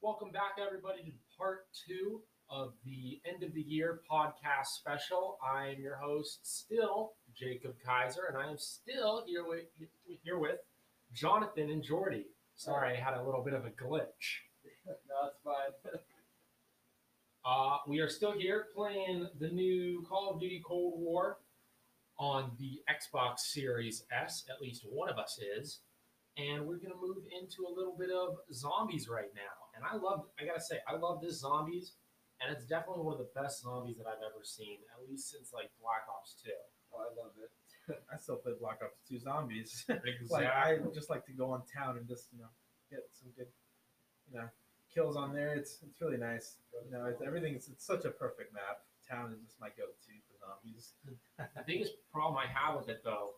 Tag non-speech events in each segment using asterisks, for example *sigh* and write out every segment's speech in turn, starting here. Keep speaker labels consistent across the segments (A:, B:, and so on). A: Welcome back, everybody, to part two of the end of the year podcast special. I am your host, still Jacob Kaiser, and I am still here with here with Jonathan and Jordy. Sorry, I had a little bit of a glitch.
B: No, it's fine.
A: Uh, we are still here playing the new Call of Duty Cold War on the Xbox Series S. At least one of us is. And we're gonna move into a little bit of zombies right now. And I love, I gotta say, I love this zombies, and it's definitely one of the best zombies that I've ever seen, at least since like Black Ops 2.
B: Oh, I love it.
C: I still play Black Ops 2 Zombies. *laughs*
A: Exactly.
C: *laughs* like I just like to go on town and just you know get some good you know kills on there. It's it's really nice. You know, it's everything. It's, it's such a perfect map. Town is just my go-to for zombies. *laughs*
A: The biggest problem I have with it though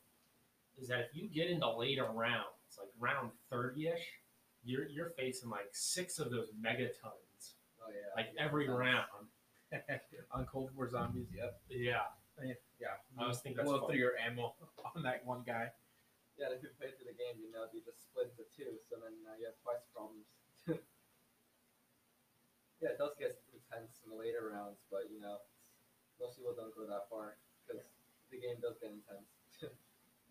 A: is that if you get into later rounds, like round 30-ish, you're you're facing like six of those megatons.
B: Oh yeah.
A: Like every round.
C: on Cold War Zombies, yep.
A: Yeah.
C: Yeah,
A: I was thinking that's
C: blow
A: fun.
C: through your
A: *laughs*
C: ammo on that one guy.
B: Yeah, and if you play through the game, you know you just split into two, so then uh, you have twice problems. *laughs* yeah, it does get intense in the later rounds, but you know, most people don't go that far because the game does get intense. *laughs*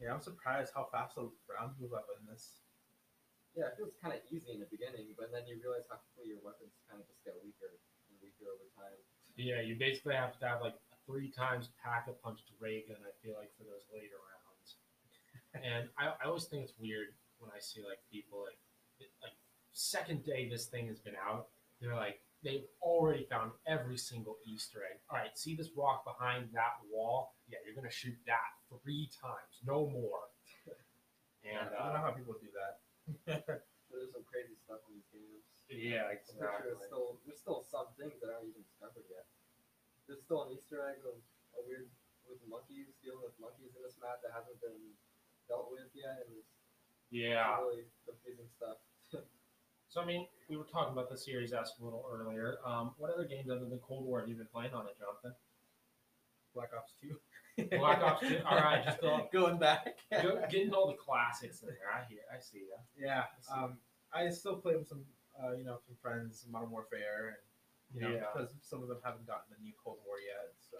C: Yeah, I'm surprised how fast the rounds move up in this.
B: yeah, it feels kind of easy in the beginning, but then you realize how quickly your weapons kind of just get weaker and weaker over time.
A: Yeah, you basically have to have like three times pack a punched ray gun, I feel like, for those later rounds. and I, I always think it's weird when I see like people like it- like second day this thing has been out, they're like they've already found every single Easter egg. All right, see this rock behind that wall? Yeah, you're gonna shoot that three times, no *laughs* more. And
C: I don't know
A: uh,
C: how people do that. *laughs*
B: So there's some crazy stuff in these games.
A: yeah,
B: I'm pretty sure there's
A: exactly.
B: still there's still some things that aren't even discovered yet. There's still an Easter egg of a weird with monkeys dealing with monkeys in this map that hasn't been dealt with yet, and there's
A: Yeah.
B: some really confusing stuff.
A: So I mean, we were talking about the Series S a little earlier. Um, what other games other than Cold War have you been playing on it, *laughs* Jonathan?
C: Black Ops 2.
A: Black Ops
C: *laughs*
A: 2, all right, just go-
C: going back.
A: Go- Getting all the classics in there. I hear. I see that.
C: Yeah, um, I still play with some, uh, you know, some friends, Modern Warfare, and you know,
A: Yeah.
C: because some of them haven't gotten the new Cold War yet. So,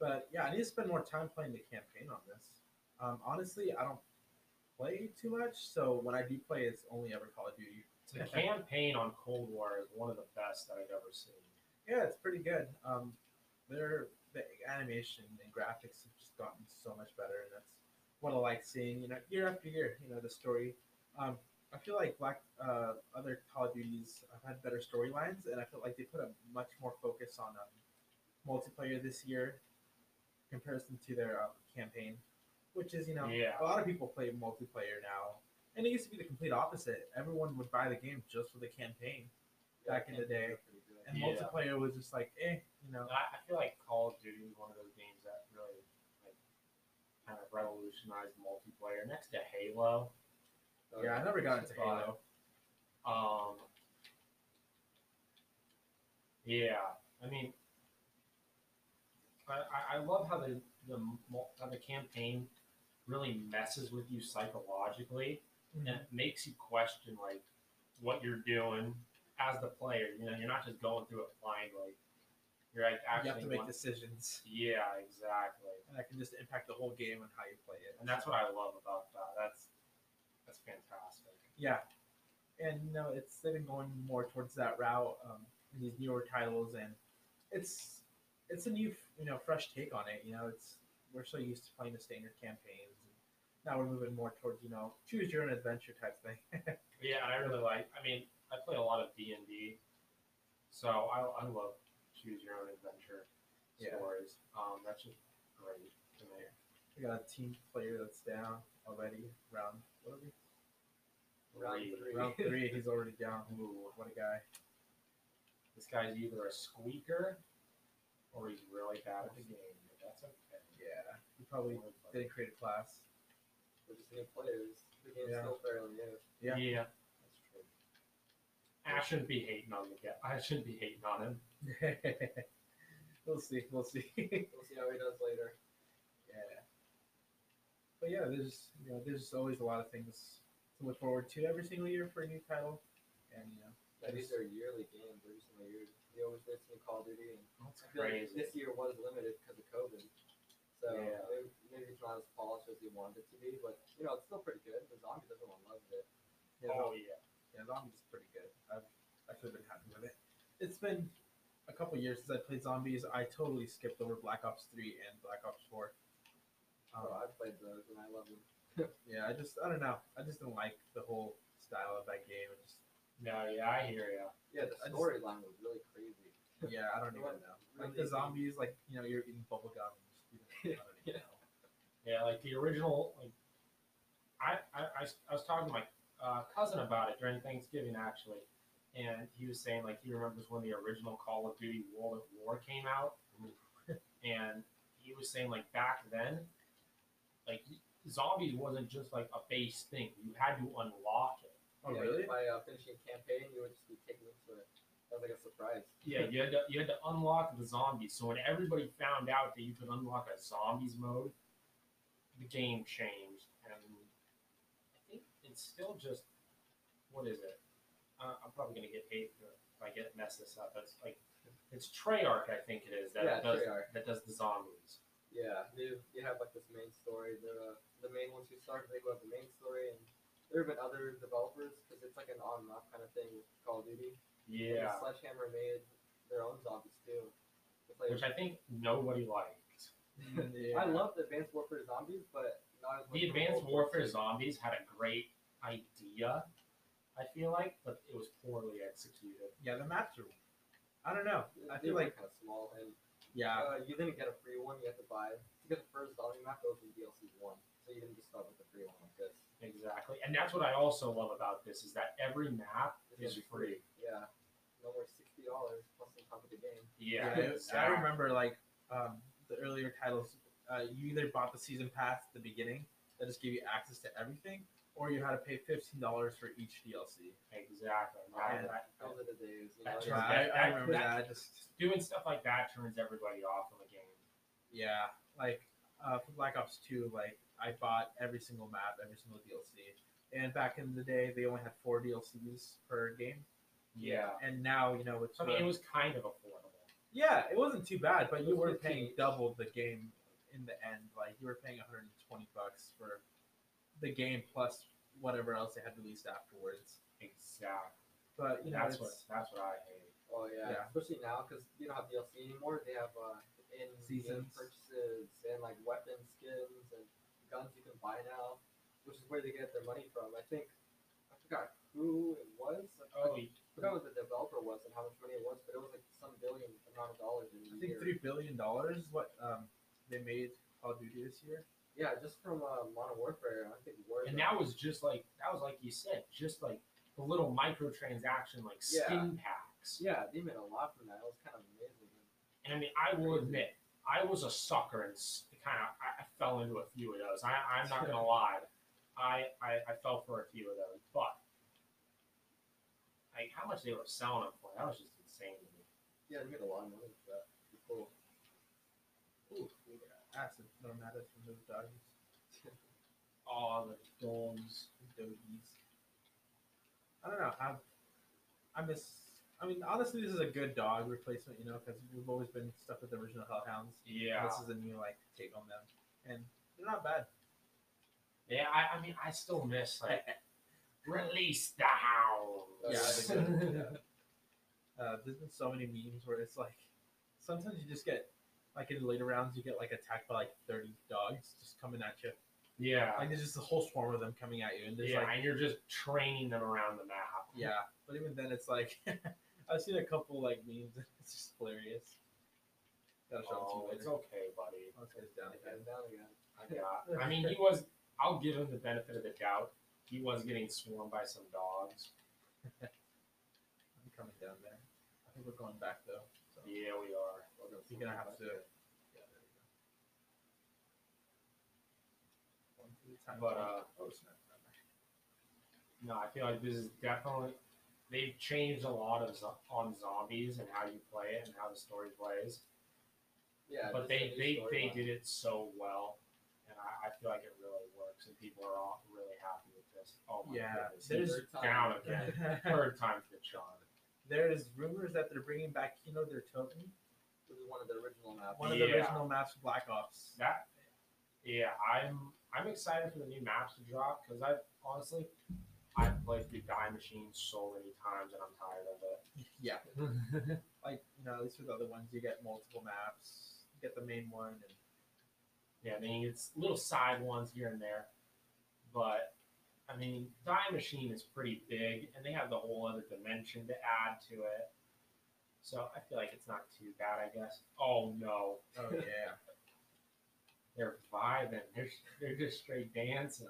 C: but yeah, I need to spend more time playing the campaign on this. Um, honestly, I don't play too much, so when I do play, it's only ever Call of Duty.
A: The campaign on Cold War is one of the best that I've ever seen.
C: Yeah, it's pretty good. Um, their the animation and graphics have just gotten so much better, and that's what I like seeing. You know, year after year, you know, the story. Um, I feel like Black uh, other Call of Duties have had better storylines, and I feel like they put a much more focus on um, multiplayer this year, in comparison to their um, campaign, which is you know
A: Yeah.
C: a lot of people play multiplayer now, and it used to be the complete opposite. Everyone would buy the game just for the campaign. Back in the day.
B: They're pretty good.
C: And
A: Yeah.
C: multiplayer was just like, eh, you know.
A: I, I feel like Call of Duty is one of those games that really like kind of revolutionized multiplayer. Next to Halo,
B: So,
C: Yeah, I never got into
A: Fine.
C: Halo.
A: um, yeah. I mean, I, I- I love how the the mul- how the campaign really messes with you psychologically.
C: Mm-hmm.
A: and it makes you question like what you're doing as the player. You know, you're not just going through it blindly. You're like
C: You
A: actually.
C: have to make
A: want-
C: decisions,
A: Yeah, exactly.
C: and that can just impact the whole game and how you play it.
A: And that's what I love about that. That's that's fantastic.
C: yeah, and you know, it's they've been going more towards that route um, in these newer titles, and it's it's a new you know fresh take on it. You know, it's we're so used to playing the standard campaigns, and now we're moving more towards you know choose your own adventure type thing. *laughs*
A: Yeah, and I really like. I mean, I play a lot of D and D, so I, I love choose your own adventure
C: Yeah.
A: stories. Um, that's just great to me.
C: we got a team player that's down already. Round what are we?
B: Round
A: Three.
B: three.
A: *laughs*
C: Round three. He's already down.
A: Ooh,
C: What a guy.
A: this guy's either a squeaker or he's really bad at the game. But that's okay.
C: Yeah, he probably didn't create a class.
B: We're just new players. The game's
C: Yeah.
B: still fairly new.
C: Yeah.
A: That's true. I shouldn't be hating on the guy. I shouldn't be hating on him.
C: *laughs* we'll see. We'll see. yeah.
B: We'll see how he does later.
C: But yeah, there's you know there's always a lot of things to look forward to every single year for a new title, and you know
B: Like, these are yearly games. They're just in the year. They always release new Call of Duty, and
A: That's
B: I feel like
A: crazy.
B: this year was limited because of COVID. So
C: Yeah.
B: it, maybe it's not as polished as you want it to be, but you know it's still pretty good. The zombies, everyone loves it.
C: Yeah,
A: Oh yeah.
C: Yeah, Zombies is pretty good. I've actually been happy with it. It's been a couple years since I played Zombies. I totally skipped over Black Ops 3 and Black Ops 4.
B: So
C: Um,
B: I've played those and I love them.
C: yeah, I just, I don't know. I just didn't like the whole style of that game. It just,
A: No, yeah, I hear you.
B: Yeah, the
C: I just-
B: storyline was really crazy.
C: yeah, I don't even know. Like the
B: Really?
C: zombies, like, you know, you're eating bubblegum. And just, you know, I don't even know.
A: Yeah, like the original. Like, I, I- I s- I was talking to my uh, cousin about it during Thanksgiving actually, and he was saying like he remembers when the original Call of Duty World at War came out, *laughs* and he was saying like back then, like zombies wasn't just like a base thing. You had to unlock it.
C: Oh,
B: yeah,
C: really?
B: By uh, finishing campaign, you would just be taken into it. That was like a surprise.
A: Yeah, you had to you had to unlock the zombies. So when everybody found out that you could unlock a zombies mode, the game changed, and I think it's still just what is it? Uh, I'm probably gonna get hate for- if I get mess this up. That's like it's Treyarch, I think it is that
B: Yeah,
A: does
B: Treyarch.
A: that does the zombies.
B: Yeah, you you have like this main story. The the main ones who started, they who have the main story, and there have been other developers because it's like an on and off kind of thing with Call of Duty. And
A: Yeah,
B: Sledgehammer made their own zombies too. It's like-
A: which I think nobody liked. *laughs*
C: yeah.
B: I love the Advanced Warfare Zombies, but not as much.
A: The
B: as
A: Advanced
B: World War
A: Warfare
B: II.
A: Zombies had a great idea, I feel like, but it was poorly executed.
C: Yeah, the maps are. I don't know.
B: They-
C: I
B: they
C: feel
B: were
C: like,
B: kind of small, and
C: yeah,
B: uh, you didn't get a free one. You had to buy to get the first zombie map. That was in DLC one, so you didn't just start with the free one like this.
A: Exactly, and that's what I also love about this is that every map
B: It's
A: is
B: gonna be
A: free.
B: Yeah, no more sixty dollars plus on top of the game.
A: *laughs* Yeah,
C: I- I
A: exactly.
C: remember like um, the earlier titles. Uh, you either bought the season pass at the beginning that just gave you access to everything, or you had to pay fifteen dollars for each DLC.
A: Exactly.
C: Yeah.
A: I- I-
B: Those are the days. You
A: That's
B: know,
C: Yeah, I, I remember that. I just
A: doing stuff like that turns everybody off on the game.
C: yeah, like uh, for Black Ops Two, like I bought every single map, every single DLC. And back in the day, they only had four DLCs per game,
A: Yeah.
C: and now you know it's
A: So I mean, it
C: the-
A: was kind of affordable.
C: Yeah, it wasn't too bad, but
B: It
C: you
B: was
C: were paying
B: 15.
C: double the game in the end. Like you were paying 120 bucks for the game plus whatever else they had released afterwards.
A: Exactly.
C: But you know,
A: that's
C: it's,
A: what that's what I hate.
B: Oh yeah,
C: Yeah.
B: especially now because you don't have DLC anymore. They have uh, in
C: Seasons.
B: purchases and like weapon skins and guns you can buy now, which is where they get their money from. I think I forgot who it was. I
A: Oh,
B: forgot, I forgot what the developer was and how much money it was, but it was like some billion amount of dollars in a
C: I
B: year.
C: think three billion dollars is what um, they made Call of Duty this year.
B: Yeah, just from uh, Modern Warfare. I think
A: and
B: Warzone.
A: that was just like that was like you said, just like the little microtransaction, like
B: Yeah.
A: skin packs.
B: yeah, they made a lot from that. It was kind of amazing.
A: And I mean, I will admit, I was a sucker and kind of I, I fell into a few of those. I, I'm not gonna lie, I, I I fell for a few of those, but like how much they were selling them for, that was just insane to me.
B: Yeah, they made a lot of money for that. It's cool.
C: Ooh, we got acid nomadic from those doggies, *laughs*
A: All the domes.
C: dogies. I don't know. I I miss. I mean, honestly, this is a good dog replacement, you know, because we've always been stuck with the original Hellhounds.
A: Yeah,
C: This is a new like take on them, and they're not bad.
A: yeah. I, I mean, I still miss
C: *laughs*
A: like release the hounds.
C: Yeah,
B: I
C: think
B: think that- yeah.
C: Uh, there's been so many memes where it's like, sometimes you just get like in later rounds you get like attacked by like 30 dogs just coming at you.
A: *laughs* yeah,
C: Like there's just a whole swarm of them coming at you, and there's
A: yeah.
C: like
A: and you're just training them around the map.
C: yeah. But even then, it's like *laughs* I've seen a couple like memes. It's just hilarious. Gotta show
A: Oh,
C: them
A: it's
C: to you later.
A: okay, buddy.
C: Let's get it down again.
B: And now they
A: I
B: got
A: got. I mean, he was. I'll give him the benefit of the doubt. He was getting swarmed by some dogs.
C: I'm coming down there. I think we're going back though. So.
A: Yeah, we are.
C: You're gonna have to. Yeah, there we go. One at a time.
A: But, uh,
C: oh snap! never mind.
A: No, I feel like this is definitely. They've changed a lot of zo- on zombies and how you play it and how the story plays.
B: Yeah,
A: but
B: just
A: they
B: a
A: they,
B: new
A: they
B: storyline.
A: did it so well, and I, I feel like it really works, and people are all really happy with this. Oh my
C: Yeah,
A: goodness,
C: there's-
B: *laughs*
C: *laughs*
A: *laughs* he's down again. Third time for Sean.
C: There's rumors that they're bringing back Kino their token,
B: This is one of the original maps.
C: one of the
A: Yeah.
C: original maps of Black Ops.
A: That, yeah, I'm I'm excited for the new maps to drop because I honestly I've played through Die Machine so many times and I'm tired of it.
C: Yeah, like you know, at least with other ones, you get multiple maps, you get the main one, and
A: yeah, I mean it's little side ones here and there, but I mean Die Machine is pretty big and they have the whole other dimension to add to it. So I feel like it's not too bad, I guess. Oh no, *laughs*
C: oh yeah,
A: they're vibing. They're they're just straight dancing.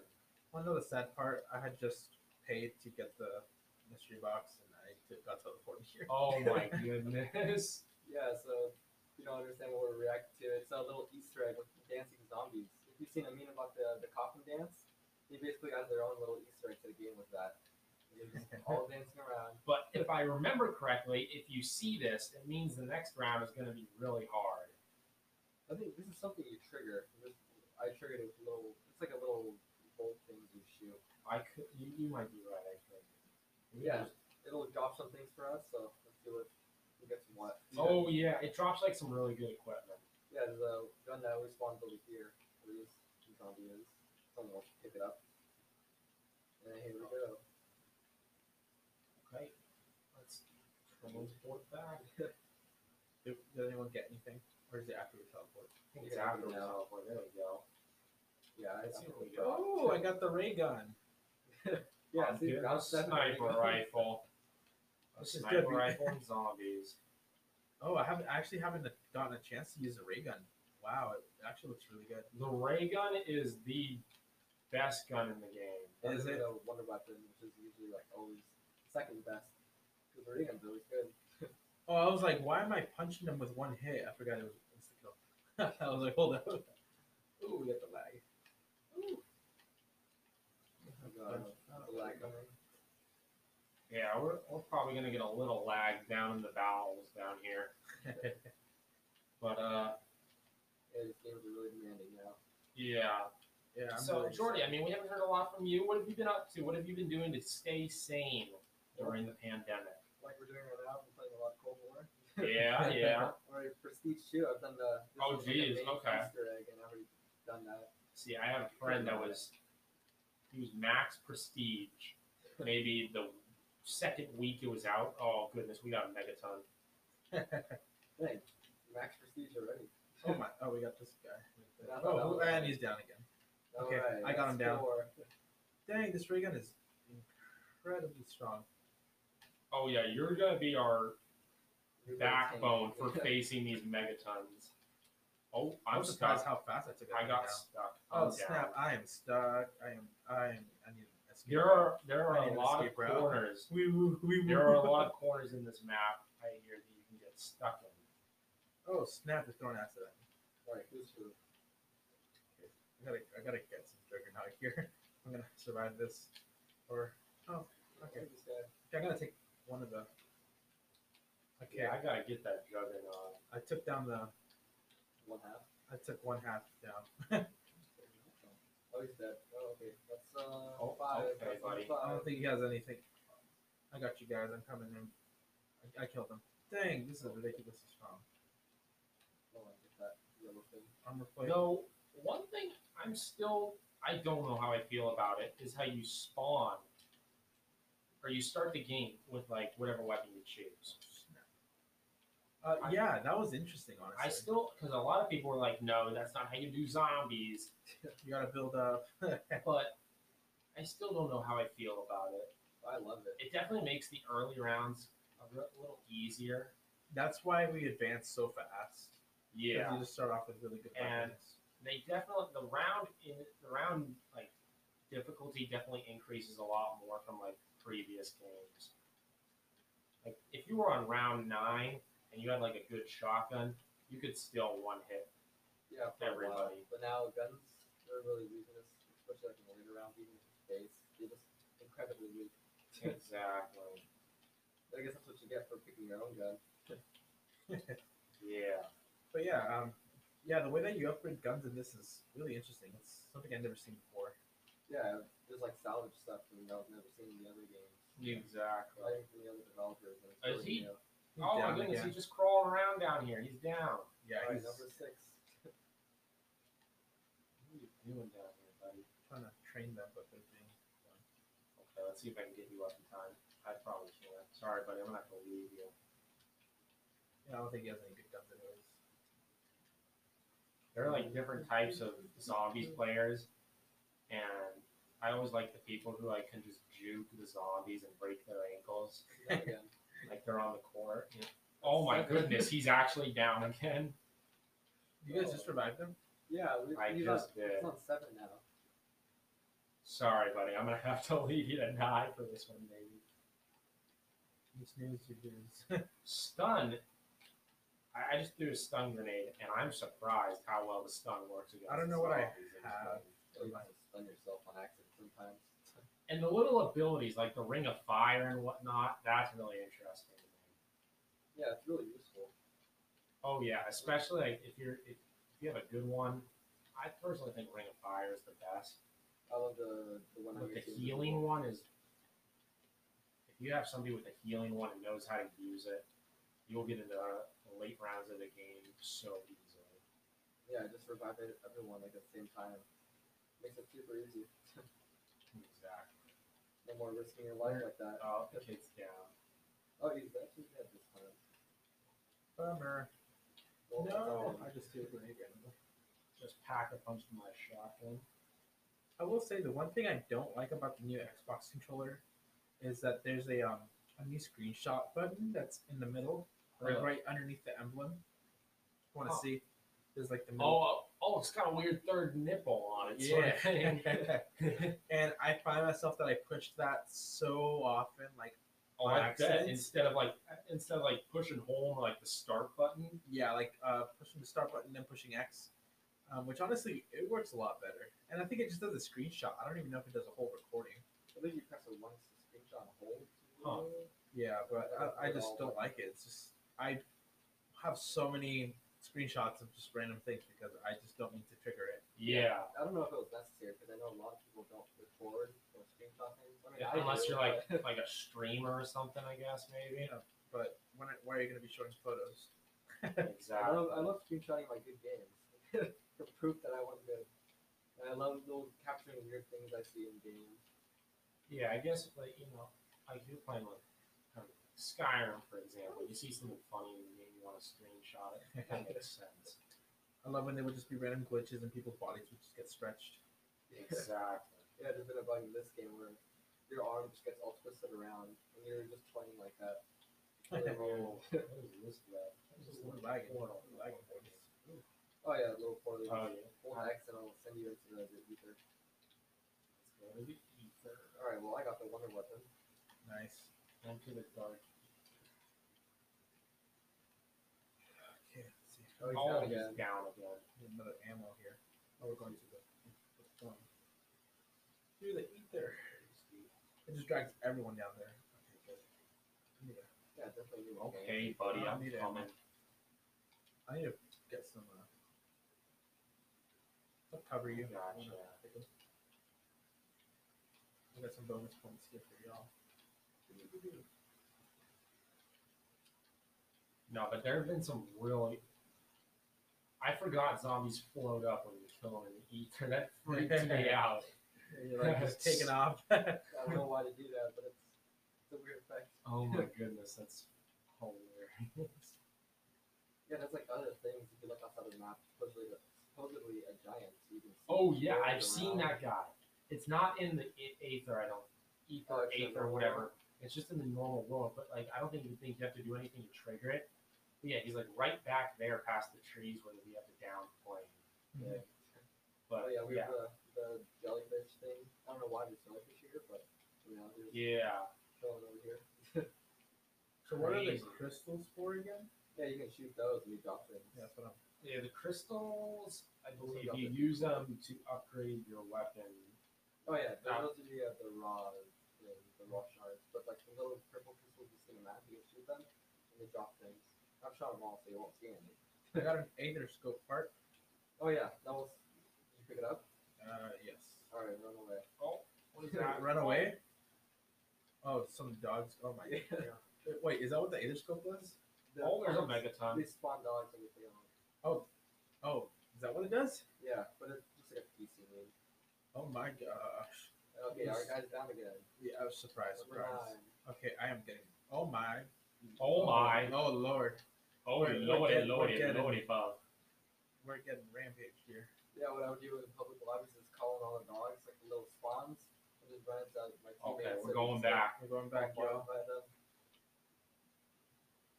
C: one of the sad part, I had just paid to get the mystery box, and I did- got teleported *laughs* here.
A: Oh my goodness.
B: Yeah, so if you don't understand what we're reacting to, it's a little Easter egg with dancing zombies. If you've seen a meme about the, the coffin dance, they basically got their own little Easter egg to the game with that. They're
A: *laughs*
B: just all dancing around.
A: But if I remember correctly, if you see this, it means the next round is going to be really hard.
B: I think this is something you trigger. This, I triggered it with a little, it's like a little bolt thing you shoot.
A: I could, you, you might be right. I think.
B: Yeah. It'll drop some things for us, so let's see what we get some what.
A: Oh yeah, it drops like some really good equipment.
B: Yeah, there's a gun that always spawns over here. Where this zombie is. Someone will pick it up. And here we go.
A: Okay. Let's transport back.
C: Did, did anyone get anything, or is it after we teleport?
A: I think it's
B: Yeah,
A: after we
B: yeah.
A: teleport. There we go.
B: *laughs* Yeah, I,
A: Let's see
B: I-
A: what we got.
C: Oh, I got the ray gun.
B: yeah,
A: I'm
B: see,
A: getting
B: that's
A: a
B: definitely-
A: sniper
B: *laughs*
A: rifle.
C: This is
A: sniper
C: good. We-
A: rifle and zombies.
C: Oh, I haven't I actually haven't gotten a chance to use a ray gun. Wow, it actually looks really good.
A: The ray gun is the best gun in the game.
B: Other
C: Is
B: than
C: it?
B: the Wonder Weapon, which is usually like always second best. Because the Regan's always good.
C: Oh, I was like, why am I punching him with one hit? I forgot it was instant kill. *laughs* I was like, hold up. Ooh, we got the lag. Oh
B: Like, uh, the lag coming.
A: Yeah, we're, we're probably gonna get a little lag down in the bowels down here, but uh,
B: Yeah, these games are really demanding now.
A: yeah.
C: *laughs* yeah. I'm
A: so,
C: really
A: Jordy, I
C: excited.
A: mean, we haven't heard a lot from you. What have you been up to? What have you been doing to stay sane during the
C: *laughs*
A: pandemic?
B: Like we're doing right now, we're playing a lot of Cold War. *laughs*
A: Yeah,
C: *laughs*
A: yeah.
B: Or Prestige 2, I've done the. this
A: Oh,
B: is like a
A: geez,
B: main
A: okay.
B: Easter egg, and I've already done that.
A: See, I have a friend that was he was max prestige. Maybe the second week it was out. Oh goodness, we got a megaton.
B: Dang, max Prestige already.
C: *laughs* oh my! Oh, we got this guy.
B: Yeah, I thought that
C: Oh,
B: was-
C: and he's down again. Okay, I got him down.
B: Four.
C: Dang, this ray gun is incredibly strong.
A: Oh yeah, you're gonna be our
B: You're gonna tank.
A: backbone
C: *laughs*
A: for facing these megatons. Oh, I'm
C: I'm surprised
A: stuck.
C: how fast I took it.
A: I got
C: down.
A: stuck.
C: Oh
A: I'm down.
C: snap! I am stuck. I am. I am. I need an escape.
A: There are there
C: I
A: are
C: need
A: a
C: an
A: lot of
C: escape route.
A: corners.
C: We, we, we,
A: There are a lot of corners in this map right here that you can get stuck in.
C: *laughs* Oh snap! They're throwing acid at me.
B: Alright, who's who?
C: I gotta, I gotta get some juggernaut here. *laughs* I'm gonna survive this. Or oh, Okay.
B: Who's this guy?
C: I gotta take one of the.
A: Okay, I gotta get that uh, juggernaut.
C: I took down the.
B: One half.
C: I took one half down.
B: Oh, he's dead. Oh, okay. That's uh,
A: Oh,
B: five.
A: okay,
B: That's
A: buddy.
C: I
B: Five.
C: don't think he has anything. I got you guys. I'm coming in. I, I killed him. Dang, this is ridiculous. It's strong.
B: Oh, I get that yellow thing.
C: Armor plate.
A: Though one thing I'm still I don't know how I feel about it is how you spawn or you start the game with like whatever weapon you choose.
C: Uh, yeah, that was interesting.
A: I
C: Honestly,
A: still because a lot of people were like, no, that's not how you do zombies, *laughs*
C: you gotta build up. *laughs*
A: but I still don't know how I feel about it.
B: I love it.
A: It definitely makes the early rounds a re- little easier.
C: That's why we advance so fast. 'Cause
A: Yeah.
C: You just start off with really good
A: And-
C: weapons.
A: they definitely the round in the round like difficulty definitely increases a lot more from like previous games. Like if you were on round nine and you had like a good shotgun, you could still one hit.
B: Yeah, for a while.
A: Everybody.
B: But now guns are really losing us, especially like in the later rounds, even in space. They're just incredibly weak.
C: *laughs*
A: Exactly.
B: But I guess that's what you get for picking your own gun.
A: Yeah.
C: But yeah, um, yeah, the way that you upgrade guns in this is really interesting. It's something I've never seen before.
B: Yeah, there's like salvage stuff, and I've never seen in the other games.
A: Exactly.
B: Like the other developers. and
A: Is
B: it's really,
A: he-
B: you know,
C: He's
A: Oh my
C: down
A: goodness, he's
C: again.
A: just crawling around down here. He's down.
C: Yeah,
B: alright,
C: he's
B: number six.
A: What are you doing down here, buddy?
C: trying to train them, but they're being.
A: Okay, let's see if I can get you up in time. I probably can't. Sorry, buddy. I'm gonna have to leave you.
C: Yeah, I don't think he has any good guns anyways.
A: There are like different types of zombies players, and I always like the people who like can just juke the zombies and break their ankles,
B: Down *laughs* again.
A: like they're on the court. you know. Oh my goodness, he's actually down again.
C: You guys
A: Oh.
C: just revived him?
B: Yeah, we,
A: I
B: he's,
A: just
B: on,
A: did.
B: he's on seven now.
A: Sorry, buddy. I'm gonna have to *laughs* leave you to die for this one, maybe.
C: You snooze, you lose.
A: Stun. I, I just threw a stun grenade, and I'm surprised how well the stun works against.
C: *laughs* I don't know
A: the
C: what I
A: zombies in this
C: have.
A: game.
B: You might just stun yourself on accident sometimes.
A: And the little abilities, like the Ring of Fire and whatnot, that's really interesting. to me.
B: Yeah, it's really useful.
A: Oh yeah, especially like if you're if, if you have a good one. I personally think Ring of Fire is the best.
B: I love the the one
A: But
B: where
A: the
B: you're seeing
A: healing
B: people.
A: one is if you have somebody with a healing one and knows how to use it, you'll get into the late rounds of the game so easily.
B: Yeah, just revive it- everyone like at the same time. Makes it super easy.
A: Exactly.
B: No more risking your life like that.
A: Oh, the kid's down.
B: Oh, he's actually dead this time.
C: Bummer.
B: Well,
C: No,
B: um,
C: I just threw a grenade randomly.
A: Just pack a punch to my shotgun.
C: I will say the one thing I don't like about the new Xbox controller is that there's a um a new screenshot button that's in the middle, like
A: Really?
C: right underneath the emblem. I want to
A: Huh.
C: see. There's like the middle.
A: Oh, oh, it's got a weird third nipple on it. Sort
C: yeah.
A: of *laughs* thing. Oh.
C: and I find myself that I pushed that so often, like
A: oh,
C: By
A: I bet
C: accident?
A: instead of like instead of like pushing home like the start button,
C: yeah, like uh, pushing the start button then pushing X, um, which honestly it works a lot better. And I think it just does a screenshot. I don't even know if it does a whole recording.
B: I think you press it once to screenshot hold.
A: Huh.
C: Yeah, but I, I just don't like it. It's just I have so many screenshots of just random things because I just don't need to trigger it.
A: yeah.
B: I don't know if it was necessary because I know a lot of people don't record or screenshot things. I mean,
A: Yeah,
B: I
A: unless
B: do,
A: you're like
B: but-
A: like a streamer or something, I guess maybe.
C: But when I- why are you going to be showing photos? *laughs*
B: I
A: Exactly.
B: love, I love screenshotting my good games. *laughs* the proof that I was good. And I love little capturing weird things I see in games.
A: *laughs* Yeah, I guess like you know, like you're playing like um, Skyrim, for example. You see something funny in the game, you want to screenshot it. That makes sense.
C: I love when there would just be random glitches and people's bodies would just get stretched.
A: *laughs*
B: *laughs*
A: Exactly.
B: Yeah, there's been a bug in this game where your arm just gets all twisted around and you're just playing like that. Really
A: Oh, *laughs*
B: weird.
A: what is this about? This is
C: We're
A: like
C: lagging.
A: portal.
C: We're lagging.
B: oh yeah, little poorly.
A: Oh, yeah.
B: Hold X and I'll send you into the, the ether.
A: Let's go to the ether.
B: Alright, well I got the wonder weapon.
C: Nice.
A: Into the dark.
C: Okay, let's see.
B: Oh, he's
A: Oh,
B: down
A: he's
B: again.
A: down again.
C: Need another ammo here. Oh, we're going to the, the phone. Through the ether. It just drags everyone down there. Okay, good. I need to,
B: Yeah, definitely new game.
A: Okay, buddy,
C: I
A: I'm
C: need it.
A: coming.
C: I need to get some. Uh, I'll cover you.
A: Gotcha.
C: I got some bonus points here for *laughs* y'all.
A: No, but there have been some really. I forgot zombies float up when you kill them in the ether. That freaks *laughs* me out.
C: Yeah, You're like just taking off. I
B: I don't know why they do that, but it's, it's a weird effect.
A: Oh my goodness, that's hilarious.
B: Yeah, there's like other things. If you look outside of the map, supposedly, supposedly a giant. So you can see
A: Oh yeah,
B: floating
A: I've seen
B: around.
A: that guy. It's not in the a- aether, I don't
B: Oh,
A: ether,
B: it's in the
A: aether,
B: normal
A: whatever. It's just in the normal world, but like I don't think you think you have to do anything to trigger it. But yeah, he's like right back there past the trees where we have to down plane. Yeah. But
B: Oh yeah, we
A: yeah,
B: have the, the jellyfish thing. I don't know why there's jellyfish here, but you know, there's
A: yeah.
B: chilling over here.
C: *laughs* So what are the
A: Crazy.
C: crystals for again?
B: Yeah, you can shoot those and you drop things.
C: Yeah, that's what I'm.
A: Yeah, the crystals, I believe
B: up
A: you
B: it.
A: use them to upgrade your weapon.
B: Oh yeah,
A: Ah.
B: those are the, uh, the raw, the, the raw shards. But like the little purple crystals you see in the map, you can shoot them and they drop things. I've shot them all, so you won't see any.
C: I got an aether scope part.
B: Oh yeah, that was. Did you pick it up?
C: Uh, yes.
B: All right, run away. *laughs*
C: *laughs*
A: *laughs* Oh, what is
C: Did I
A: that?
C: Run away. Oh, some dogs. Oh *laughs* my.
B: Yeah.
C: God. Wait, is that what the Aetherscope was?
B: The
A: oh, there's a
B: dogs-
A: megaton.
B: *laughs* They spawn dogs and they play on.
C: Oh, is that what it does?
B: Yeah, but it's just like a PC game.
C: Oh my gosh.
B: Okay, our guy's down again.
C: Yeah, I was surprised.
B: Number
C: Surprise.
B: nine.
C: Okay, I am getting. Oh my.
A: Oh my.
C: Oh lord,
A: Oh,
C: We're- we're
A: lordy,
C: getting- we're
A: lordy,
C: getting-
A: lordy, Bob.
C: we're getting rampaged here.
B: Yeah, what I would do in public lobbies is call in all the dogs, like the little spawns, and just run into my teammates.
A: Okay, we're
B: and
A: going
B: just, like,
A: back.
C: We're going back, y'all.
B: By them.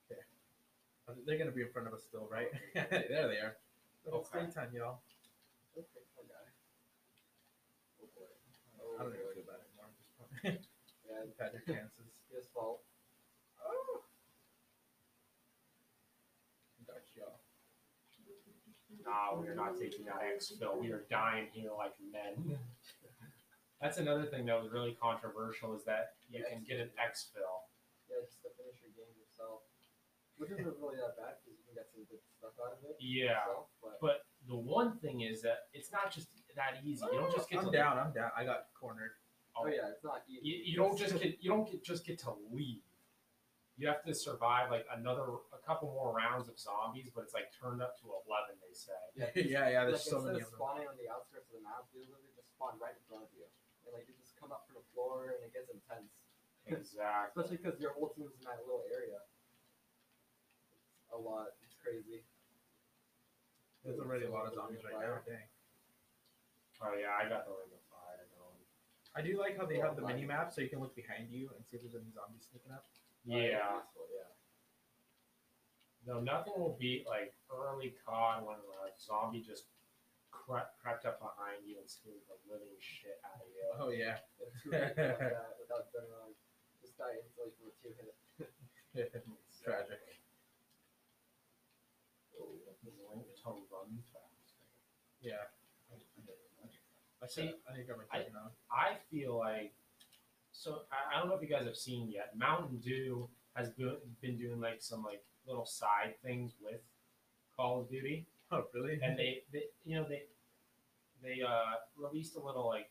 C: They're gonna be in front of us still, *laughs* right? there they are. But It's
A: Okay.
C: daytime, y'all.
B: Okay, poor guy. Oh boy.
C: I don't even feel bad anymore. I'm just
B: Yeah,
C: You've had your chances.
B: his fault.
C: Oh. Got y'all.
A: Nah, we are not taking that X pill. We are dying here like men. That's another thing that was really controversial is that you can get an X pill.
B: Yeah, just to finish your game yourself. Which isn't really that bad because you can get some good stuff out of it.
A: Yeah.
B: Yourself, but
A: But the one thing is that it's not just that easy. You don't just get
C: I'm
A: to
C: down. I'm down. I got cornered.
B: oh yeah, it's not easy.
A: You, you don't
B: *laughs*
A: just get you don't get just get to leave. You have to survive like another a couple more rounds of zombies, but it's like turned up to eleven. They say.
C: Yeah,
A: *laughs*
B: Yeah.
C: *laughs* yeah.
B: like,
C: there's so
B: instead
C: many
B: of
C: of them.
B: spawning on the outskirts of the map, they literally just spawn right in front of you, and like you just come up from the floor, and it gets intense.
A: Exactly.
B: Especially because your whole team's in that little area. It's a lot. It's crazy.
C: There's already a lot of zombies right now. Dang.
A: Oh yeah, I got the ring of fire. though.
C: I do like how they have the mini map, so you can look behind you and see if there's any zombies sneaking up.
A: Yeah.
B: Useful, yeah.
A: No, nothing will beat like early COD when a zombie just crept, crept up behind you and scared the living shit out of you.
C: Oh yeah.
B: And two
C: *laughs*
B: hits like that without going wrong. Just die instantly from a two hit. *laughs*
C: Tragic.
A: Learn to run fast.
C: Yeah. I
A: See,
C: think I think I'm
A: I-
C: a now.
A: I feel like so I, I don't know if you guys have seen yet. Mountain Dew has been, been doing like some like little side things with Call of Duty,
C: Oh really?
A: and they, they you know they they uh, released a little like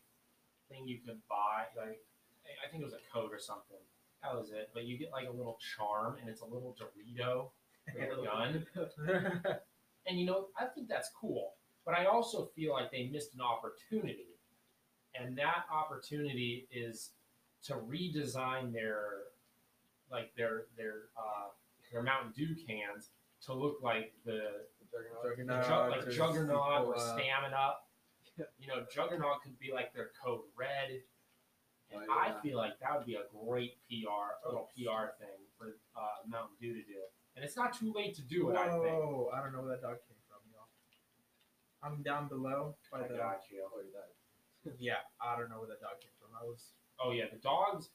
A: thing you could buy like I- I think it was a code or something. That was it. But you get like a little charm, and it's a little Dorito and a gun. *laughs* And you know, I think that's cool. But I also feel like they missed an opportunity. And that opportunity is to redesign their like their their uh, their Mountain Dew cans to look like the,
B: The
A: the
B: Juggernaut.
C: Juggernaut.
A: jug-
C: or
A: like Juggernaut
B: uh,
A: with
C: Cola.
A: Stamina. You know, Juggernaut could be like their code red. And
B: Oh, yeah.
A: I feel like that would be a great PR little PR thing for uh, Mountain Dew to do. And it's not too late to do it, I think.
C: Whoa! I don't know where that dog came from, y'all. I'm down below by
A: I
C: the.
A: got you.
B: Oh, you died.
C: Yeah, I don't know where that dog came from.
A: *laughs*
C: I was.
A: Oh yeah, the dogs.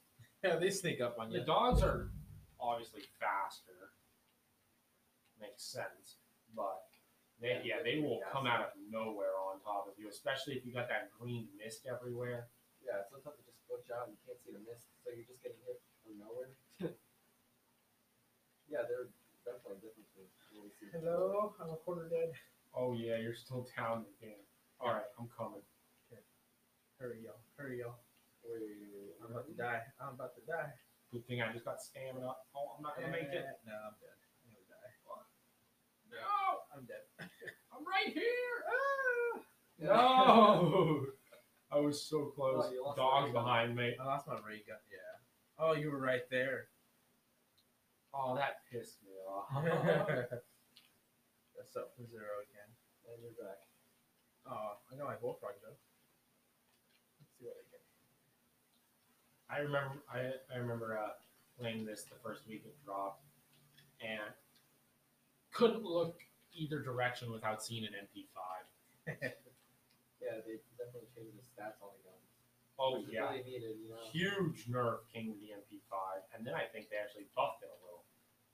C: Yeah, they sneak up on
A: The
C: you.
A: dogs are obviously faster. Makes sense, but they yeah they will come out of nowhere on top of you, especially if you got that green mist everywhere.
B: Yeah, sometimes it just glitch out and you can't see the mist, so you're just getting hit from nowhere. *laughs* yeah, there are definitely differences. when we see each other.
C: Hello, I'm a quarter dead.
A: Oh yeah, you're still down again. All right, I'm coming.
C: Hurry, y'all! Hurry, y'all!
B: Wait, wait, wait, wait,
C: I'm about to
B: run?
C: die. I'm about to die.
A: Good thing I just got stamina. Oh, I'm not gonna make it.
C: Eh, No, I'm dead. I'm gonna die.
A: No,
C: I'm dead.
A: I'm right here.
C: Ah!
A: No, *laughs* I was so close.
B: Oh, you lost
A: Dogs
B: the-
A: behind me.
C: I lost my ray gun. Yeah. Oh, you were right
A: *laughs*
C: there.
A: Oh, that pissed me *laughs* off.
C: That's up for zero again.
B: And you're back.
C: Oh, I got my bullfrog though. Let's see what I get.
A: I remember I, I remember uh, playing this the first week it dropped, and couldn't look either direction without seeing an MP5.
B: Yeah, they definitely changed the stats on the guns.
A: Oh
B: which is
A: yeah,
B: really needed, you know?
A: huge nerf came to the MP5, and then I think they actually buffed it a little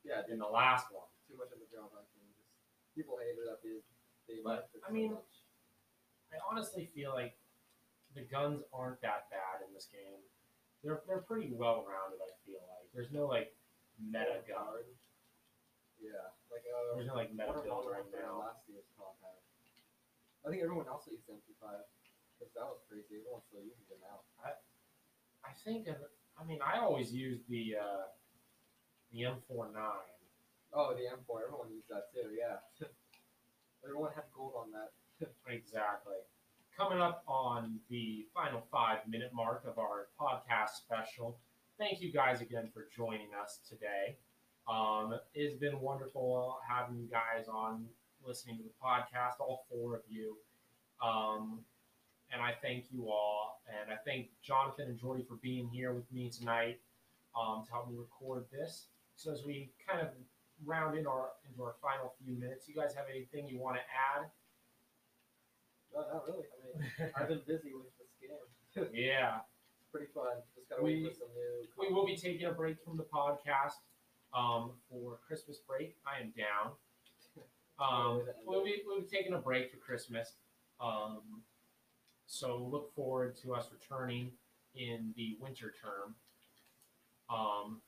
B: Yeah,
A: in the last one.
B: too much of the drawback. And just, people hate it up. They, they
A: But,
B: left it
A: I
B: so
A: mean,
B: much.
A: I honestly feel like the guns aren't that bad in this game. They're they're pretty well rounded. I feel like there's no like meta gun.
B: Overpowered. Yeah, like uh,
A: There's no like meta
B: Modern
A: gun
B: Warfare
A: right now.
B: Last year's comp had. I think everyone else used MP5 because that was crazy. Everyone's still using it now.
A: I think of- I mean, I always use the uh, the M49.
B: Oh, the M4. Everyone used that too. Yeah. *laughs* Everyone had gold on that.
A: Exactly. Coming up on the final five minute mark of our podcast special. Thank you guys again for joining us today. Um, it's been wonderful having you guys on, listening to the podcast, all four of you. Um, and I thank you all. And I thank Jonathan and Jordy for being here with me tonight um, to help me record this. So as we kind of round in our into our final few minutes, you guys have anything you want to add?
B: No, not really. I mean,
A: *laughs*
B: I've been busy with this game. *laughs* it's
A: Yeah,
B: pretty fun. Just gotta
A: We-
B: wait for some new.
A: we will be taking a break from the podcast um, for Christmas break. I am down. Um, we'll be we'll be taking a break for Christmas. Um, so look forward to us returning in the winter term. Um,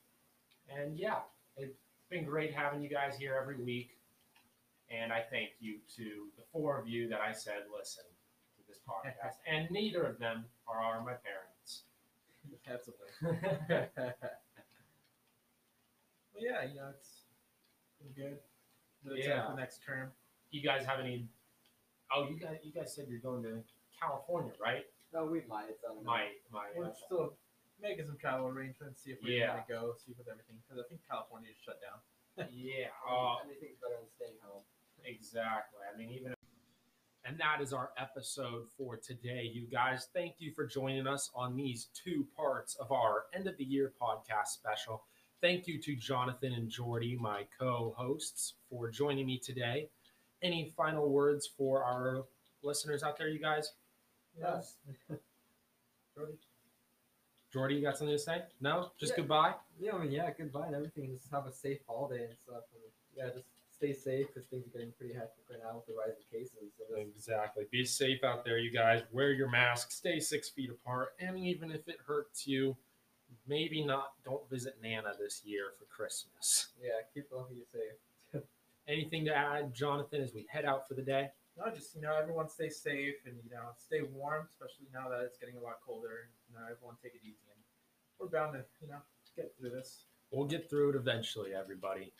A: and yeah, it's been great having you guys here every week. And I thank you to the four of you that I said listen to this podcast. and neither of them are my parents. *laughs*
C: That's a win. well, yeah, you know it's been good. It's
A: Yeah.
C: The next term.
A: you guys have any? Oh, you guys, you guys said you're going to California, right?
B: No, we might. It's on
A: My, my. uh,
C: We're still making some travel arrangements. See if we're
A: Yeah.
C: gonna go. See with everything because I think California is shut down.
A: yeah. Uh,
B: Anything's better than staying home.
A: Exactly. I mean, even. And that is our episode for today, you guys. Thank you for joining us on these two parts of our end of the year podcast special. Thank you to Jonathan and Jordy, my co hosts, for joining me today. Any final words for our listeners out there, you guys?
B: *laughs*
C: Yes. Jordy?
A: Jordy, you got something to say? No? Just
B: Yeah.
A: goodbye?
B: Yeah, I mean, yeah, goodbye and everything. Just have a safe holiday and stuff. And yeah, just stay safe because things are getting pretty hectic right now with the rise in cases. So just,
A: Exactly. Be safe out there, you guys. Wear your mask. Stay six feet apart. And even if it hurts you, maybe not. Don't visit Nana this year for Christmas.
B: yeah, keep all of you safe.
A: Anything to add, Jonathan, as we head out for the day?
C: No, just you know, everyone stay safe and you know, stay warm, especially now that it's getting a lot colder. You know, everyone take it easy, and we're bound to you know get through this.
A: We'll get through it eventually, everybody.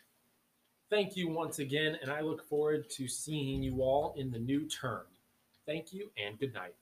A: Thank you once again, and I look forward to seeing you all in the new term. Thank you and good night.